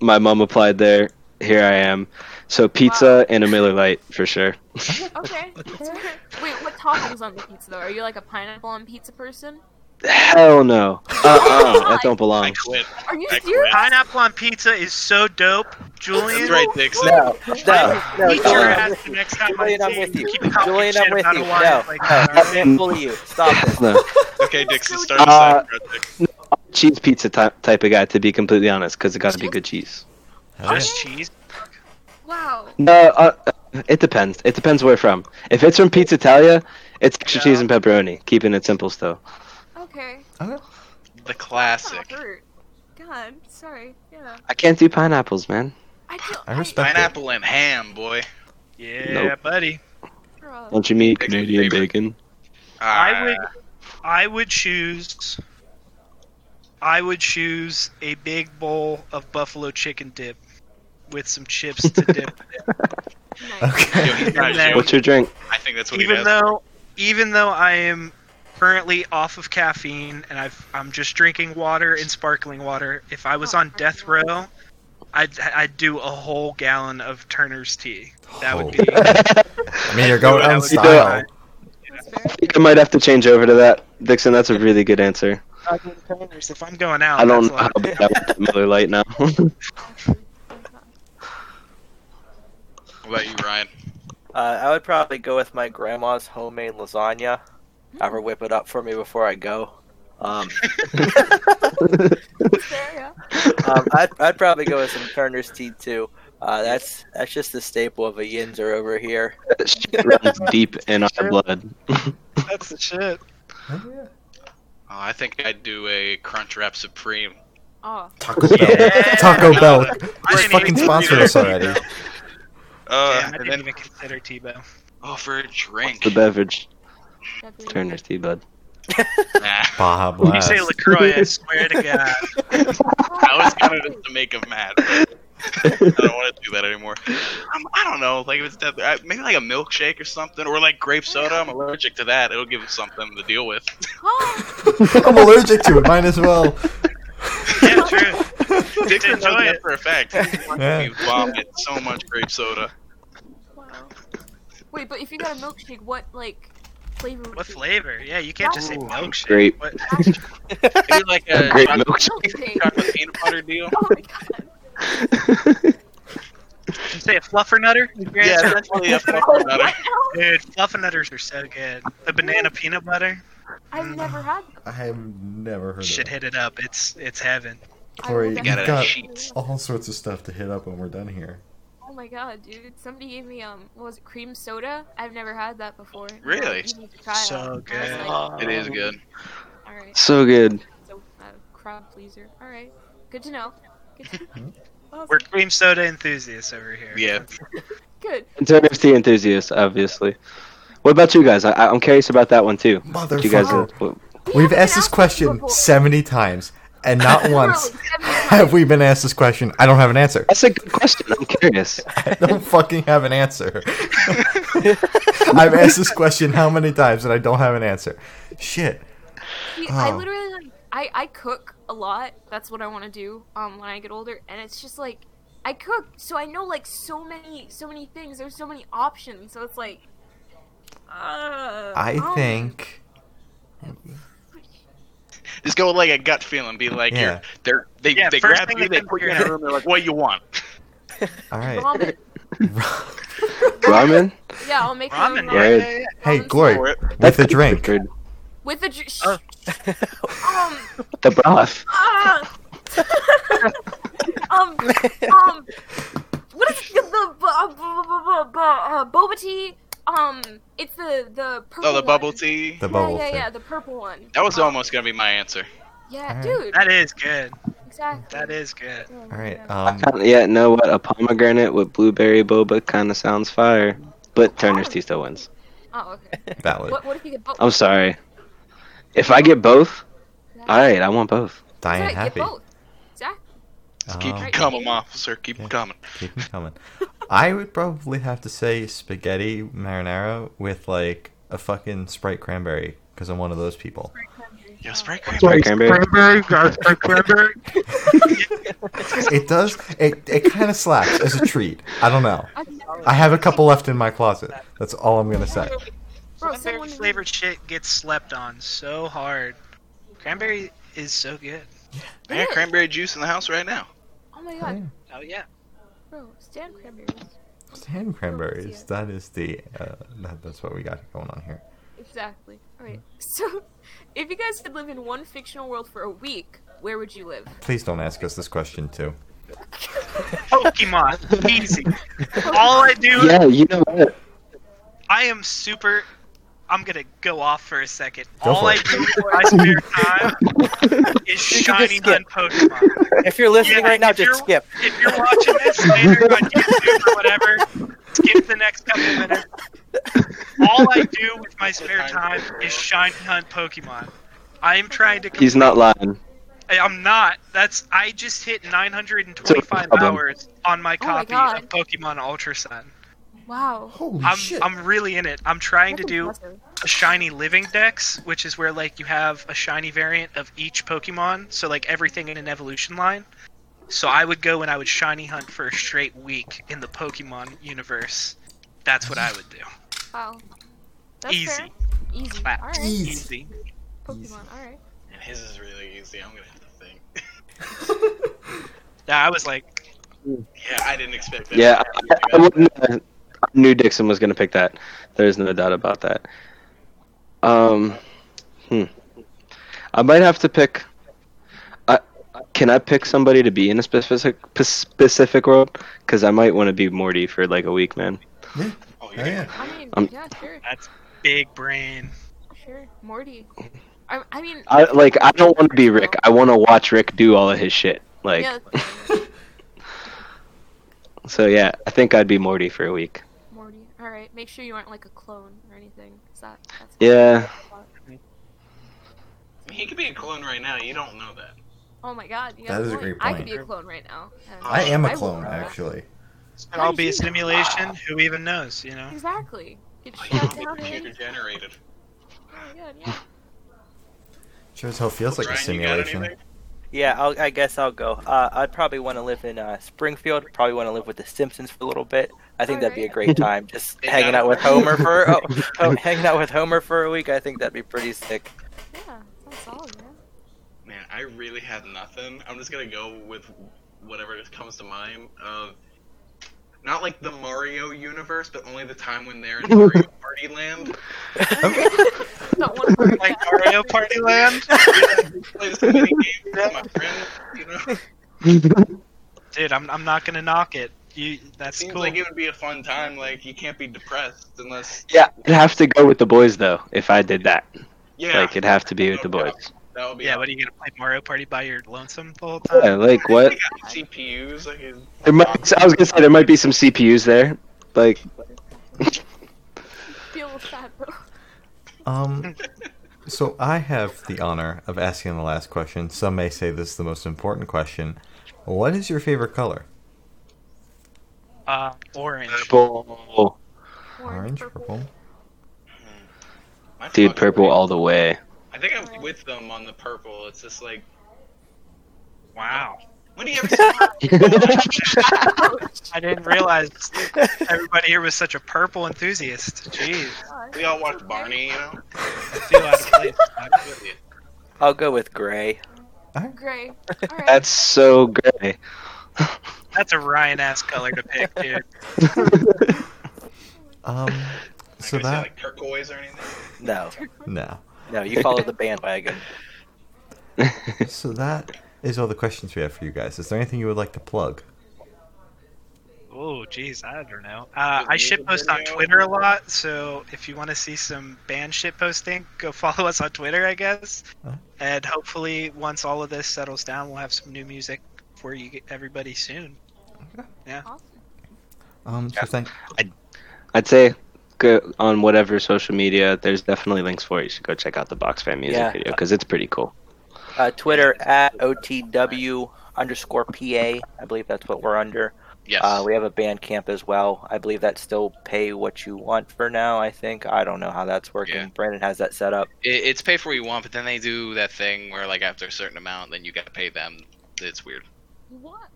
My mom applied there. Here I am. So pizza and a Miller Lite for sure.
me. Okay. that's fair. Wait, what toppings on the pizza though? Are you like a pineapple on pizza person?
Hell no. Uh-uh, that don't
Oh.
belong.
Quit.
Are you
I
serious?
Pineapple on pizza is so dope, Julian.
That's right, Dixon.
No, no, no.
Eat your
Julian, I'm
ass
with
the
you.
next time
Julian,
I
I'm
see
with you.
Keep talking
Julian,
shit
I'm with
about
you. No,
Hawaiian,
no,
like, uh,
I
alright.
can't bully you. Stop this.
No.
Okay, Dixon, start the
Uh,
side project.
Cheese pizza type type of guy to be completely honest, because it got to be good cheese.
Hell yeah.
Just cheese.
Wow.
No, uh, it depends. It depends where from. If it's from Pizza Italia, it's extra cheese and pepperoni. Keeping it simple still.
Okay.
Okay.
The
That's not
classic.
hurt. God, sorry. Yeah.
I can't do pineapples, man.
I do.
I respect
Pineapple and ham, boy.
Yeah,
Nope.
buddy.
I,
Don't you mean
Pick your
Canadian
favorite.
bacon?
I
Ah,
would I would choose I would choose a big bowl of buffalo chicken dip with some chips to dip.
nice.
Yo,
Okay.
he's not
Even though-
joking.
What's your drink?
I think that's what he
even
does.
though even though I am currently off of caffeine and I've I'm just drinking water and sparkling water. If I was on death row, I'd I'd do a whole gallon of Turner's tea. That would be
Oh.
I mean, you're going
That
on
would be
style.
That's fair.
I might have to change over to that. Dixon, that's a really good answer.
I mean, Turner's. If I'm going out,
I don't
that's
know
a lot.
how big I want that Miller Lite now.
What about you, Ryan?
Uh, I would probably go with my grandma's homemade lasagna. Have her whip it up for me before I go. Um,
That's fair, yeah.
um, I'd, I'd probably go with some Turner's tea too. Uh, that's that's just the staple of a yinzer over here.
That shit runs deep in our
Sure.
blood.
That's the
Uh,
shit.
Hell yeah.
Oh, I think I'd do a Crunch Wrap Supreme.
Oh,
Taco Bell. Taco Bell. Just
didn't
fucking
even
sponsor
do
us
that.
already.
Uh,
Damn, I
and
didn't
then
even consider Tebow.
oh, for a drink.
The beverage.
that'd be-
Turner's tea, bud.
Nah,
Baja
When you
Blast.
say LaCroix, I swear to God.
I was kind of just to make him mad. But I don't want to do that anymore. Um, I don't know. Like if it's death, I- maybe like a milkshake or something, or like grape soda. I'm allergic to that. It'll give him something to deal with.
Oh,
I'm allergic to it. Might as well.
Yeah, true.
Dixon knows
Enjoy
that
it.
for a fact.
Yeah.
He vomit so much grape soda.
wow. Wait, but if you got a milkshake, what like flavor? would
What
you-
flavor? Yeah, you can't just say milkshake.
Grape.
What-
Maybe like a,
A grape
chocolate-
Milkshake.
chocolate peanut butter deal.
Oh my god.
you say a fluffernutter?
Yeah, essentially a fucking
What
butter.
now?
Dude, fluffernutters are so good. The banana peanut butter?
I've never had.
I have never heard
Should
of it.
hit it up. It's it's heaven.
I will
Corey, you
definitely-
got
sheets.
All sorts of stuff to hit up when we're done here.
Oh my god, dude! Somebody gave me um, what was it cream soda? I've never had that before. You
Really?
know, you need to try it.
So
I was
good.
like,
It is good.
all right,
So good.
so uh, crowd pleaser. All right, good to know. Good to know. Awesome.
We're cream soda enthusiasts over here.
Yeah.
good.
And Turner's tea enthusiast, obviously. What about you guys? I, I- I'm curious about that one too. What You guys,
Motherfucker.
what-
We
We've
haven't
asked this
been asked
question
before.
70 times, and not once
Literally, seven
have we been asked this question. I don't have an answer.
that's a good question. I'm curious.
I don't fucking have an answer. I've asked this question how many times, and I don't have an answer. Shit.
See, I
Oh.
literally like I, I cook a lot. That's what I want to do um when I get older and it's just like I cook so I know like so many so many things. There's so many options. So it's like uh,
I
um,
think.
Just go with like a gut feeling. Be like,
Yeah.
you're, they're, they,
Yeah,
they
first
grab
thing
you,
they
they
think
put you in
you're-
a room, they're like, what you want?
All right.
ramen.
Ramen?
Yeah, I'll make my own
Ramen,
ramen.
Right.
yeah, yeah, yeah.
hey,
Ramen
Glory,
For it.
with a
good.
drink.
with a dr-
Oh.
um
the broth.
Ah! um, um, what is the, the bu- uh, bu- bu- bu- bu- bu- uh, boba tea? Um, it's the the purple.
Oh, the
one.
bubble tea.
The
Yeah,
bubble
yeah,
thing.
yeah, the purple one.
That was
Um,
almost gonna be my answer.
Yeah,
Alright.
dude.
That is good.
exactly.
That is good.
Oh,
All right.
yeah.
Um,
Yeah, no, what a pomegranate with blueberry boba kind of sounds fire. But Turner's tea still wins.
oh, okay.
valid.
What, what if you get both?
I'm sorry. If I get both, all right, I want both.
Dying
That's right,
happy.
Get both. Exactly.
Just keep
Um,
them coming, officer. Keep
Yeah.
them coming.
Keep them coming. I would probably have to say spaghetti marinara with like a fucking Sprite cranberry because I'm one of those people. Oh.
Yo, spray
Sorry, cranberry.
It does. It it kind of slaps as a treat. I don't know.
I've never-
I have a couple left in my closet. That's all I'm gonna say.
Bro,
Cranberry
someone who-
flavored shit gets slept on so hard. Cranberry is so good.
I got cranberry juice in the house right now.
Oh my god,
Oh yeah.
bro, stand cranberries.
Hand cranberries. That is the. Uh, that, that's what we got going on here.
Exactly. All right. So, if you guys could live in one fictional world for a week, where would you live?
Please don't ask us this question too.
Pokemon, easy. All I do,
Yeah, you know what?
I am super. I'm gonna go off for a second.
Go
All
for
I
it.
do in my spare time is
You can
shiny
just
hunt Pokemon.
If you're listening
Yeah,
right now,
if
just
you're-
skip.
If you're watching this later on YouTube or whatever, skip the next couple minutes. All I do with my spare time is shiny hunt Pokemon. I am trying to.
He's not lying.
I- I'm not. That's. I just hit 925
problem.
hours on my
Oh my
copy
God.
of Pokemon Ultra Sun.
Wow.
Holy
I'm. I'm really in it. I'm trying to
That's
do
impressive.
a shiny living dex, which is where like you have a shiny variant of each Pokemon, so like everything in an evolution line. So I would go and I would shiny hunt for a straight week in the Pokemon universe. That's what I would do.
Wow. That's
Easy.
fair. Easy.
Clap.
All right.
Easy.
Pokemon. All right.
And his is really easy. I'm gonna have to think.
Yeah, I was like,
Yeah, I didn't expect that.
Yeah, I, I wouldn't. Uh, I knew Dixon was gonna pick that. There's no doubt about that. Um, hmm. I might have to pick. I can I pick somebody to be in a specific p- specific world? Because I might want to be Morty for like a week, man.
Oh,
Oh, yeah.
I mean,
Um,
yeah, sure,
that's big brain.
sure. Morty. I, I mean.
I like. I don't want to be Rick. I want to watch Rick do all of his shit. Like,
yeah, that's fair.
so yeah. I think I'd be Morty for a week.
Morty. All right. Make sure you aren't like a clone or anything. Is that? That's
Yeah.
He could be a clone right now. You don't know that.
Oh my god. You
That
got
is a
point.
great
I could
point.
be a clone right now. and
I am a
would
clone,
love that.
actually.
Could all be a simulation. Who even knows? You know.
Exactly.
Oh,
Get
You
shot
don't be
down
computer
in.
generated.
Oh my god. Yeah.
Sure as hell feels like a
Brian, you got
simulation.
anything?
Yeah, I'll, I guess I'll go. Uh, I'd probably want to live in uh, Springfield. Probably want to live with the Simpsons for a little bit. I think that'd be a great time. Just
They
hanging
got
out with
one.
Homer for oh, oh, hanging out with Homer for a week. I think that'd be pretty sick.
Yeah. That's solid, man.
Man, I really have nothing. I'm just gonna go with whatever comes to mind. Of not like the Mario universe, but only the time when they're in Mario Party Land.
Not one of
Like Mario Party Land,
Play this mini game with my friends. You know,
dude. I'm, I'm not gonna knock it. You. That's
seems
cool.
like it would be a fun time. Like you can't be depressed unless
Yeah, I'd have to go with the boys though. If I did that,
yeah.
like, it'd have to be with the boys.
that would be
Yeah,
yeah.
what are you gonna play Mario Party by your lonesome the whole time?
Yeah, like what?
CPUs. Like, is-
There might, I was gonna say there might be some CPUs there. Like,
feel sad though.
Um, so I have the honor of asking the last question. Some may say this is the most important question. What is your favorite color?
Uh, orange.
purple.
Orange, purple.
my
Dude,
fucking-
purple all the way.
I think I'm with them on the purple. It's just like
Wow.
when do you ever see
I didn't realize everybody here was such a purple enthusiast. Jeez.
we all watch Barney? You know.
I feel out of place.
I'll go with Gray.
Gray. All right.
That's so gray.
That's a Ryan ass color to pick, dude.
Um, so
Like, we see,
that
like turquoise or anything.
No,
no.
no, you follow the bandwagon.
so that is all the questions we have for you guys. Is there anything you would like to plug?
Oh, geez, I don't know. Uh, I shitpost on Twitter a lot, so if you want to see some band shitposting, go follow us on Twitter, I guess.
Huh?
And hopefully, once all of this settles down, we'll have some new music for you, get- everybody, soon.
Awesome.
Um, so
Yeah.
thank-
I'd say go on whatever social media. There's definitely links for it. You should go check out the Box Fan music
Yeah.
video because it's pretty cool.
Uh, Twitter at OTW underscore PA. I believe that's what we're under.
Yes.
Uh, we have a band camp as well. I believe that's still pay what you want for now, I think. I don't know how that's working.
Yeah.
Brandon has that set up.
it, it's pay for what you want, but then they do that thing where like after a certain amount, then you gotta pay them. It's weird.
What?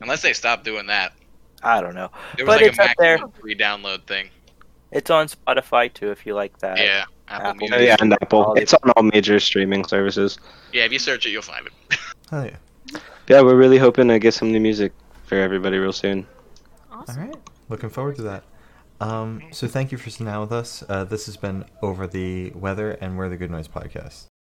Unless they stop doing that.
I don't know.
There
But
was like
it's
a
up there.
maximum free download thing.
It's on Spotify too if you like that.
yeah. Apple,
Apple
Oh,
Music.
yeah, and Apple.
All the-
It's on all major streaming services.
Yeah, if you search it, you'll find it.
oh, yeah.
Yeah, we're really hoping to get some new music for everybody real soon.
All
Awesome.
right. Looking forward to that. Um, so thank you for sitting down with us. Uh, this has been Over the Weather, and we're the Good Noise Podcast.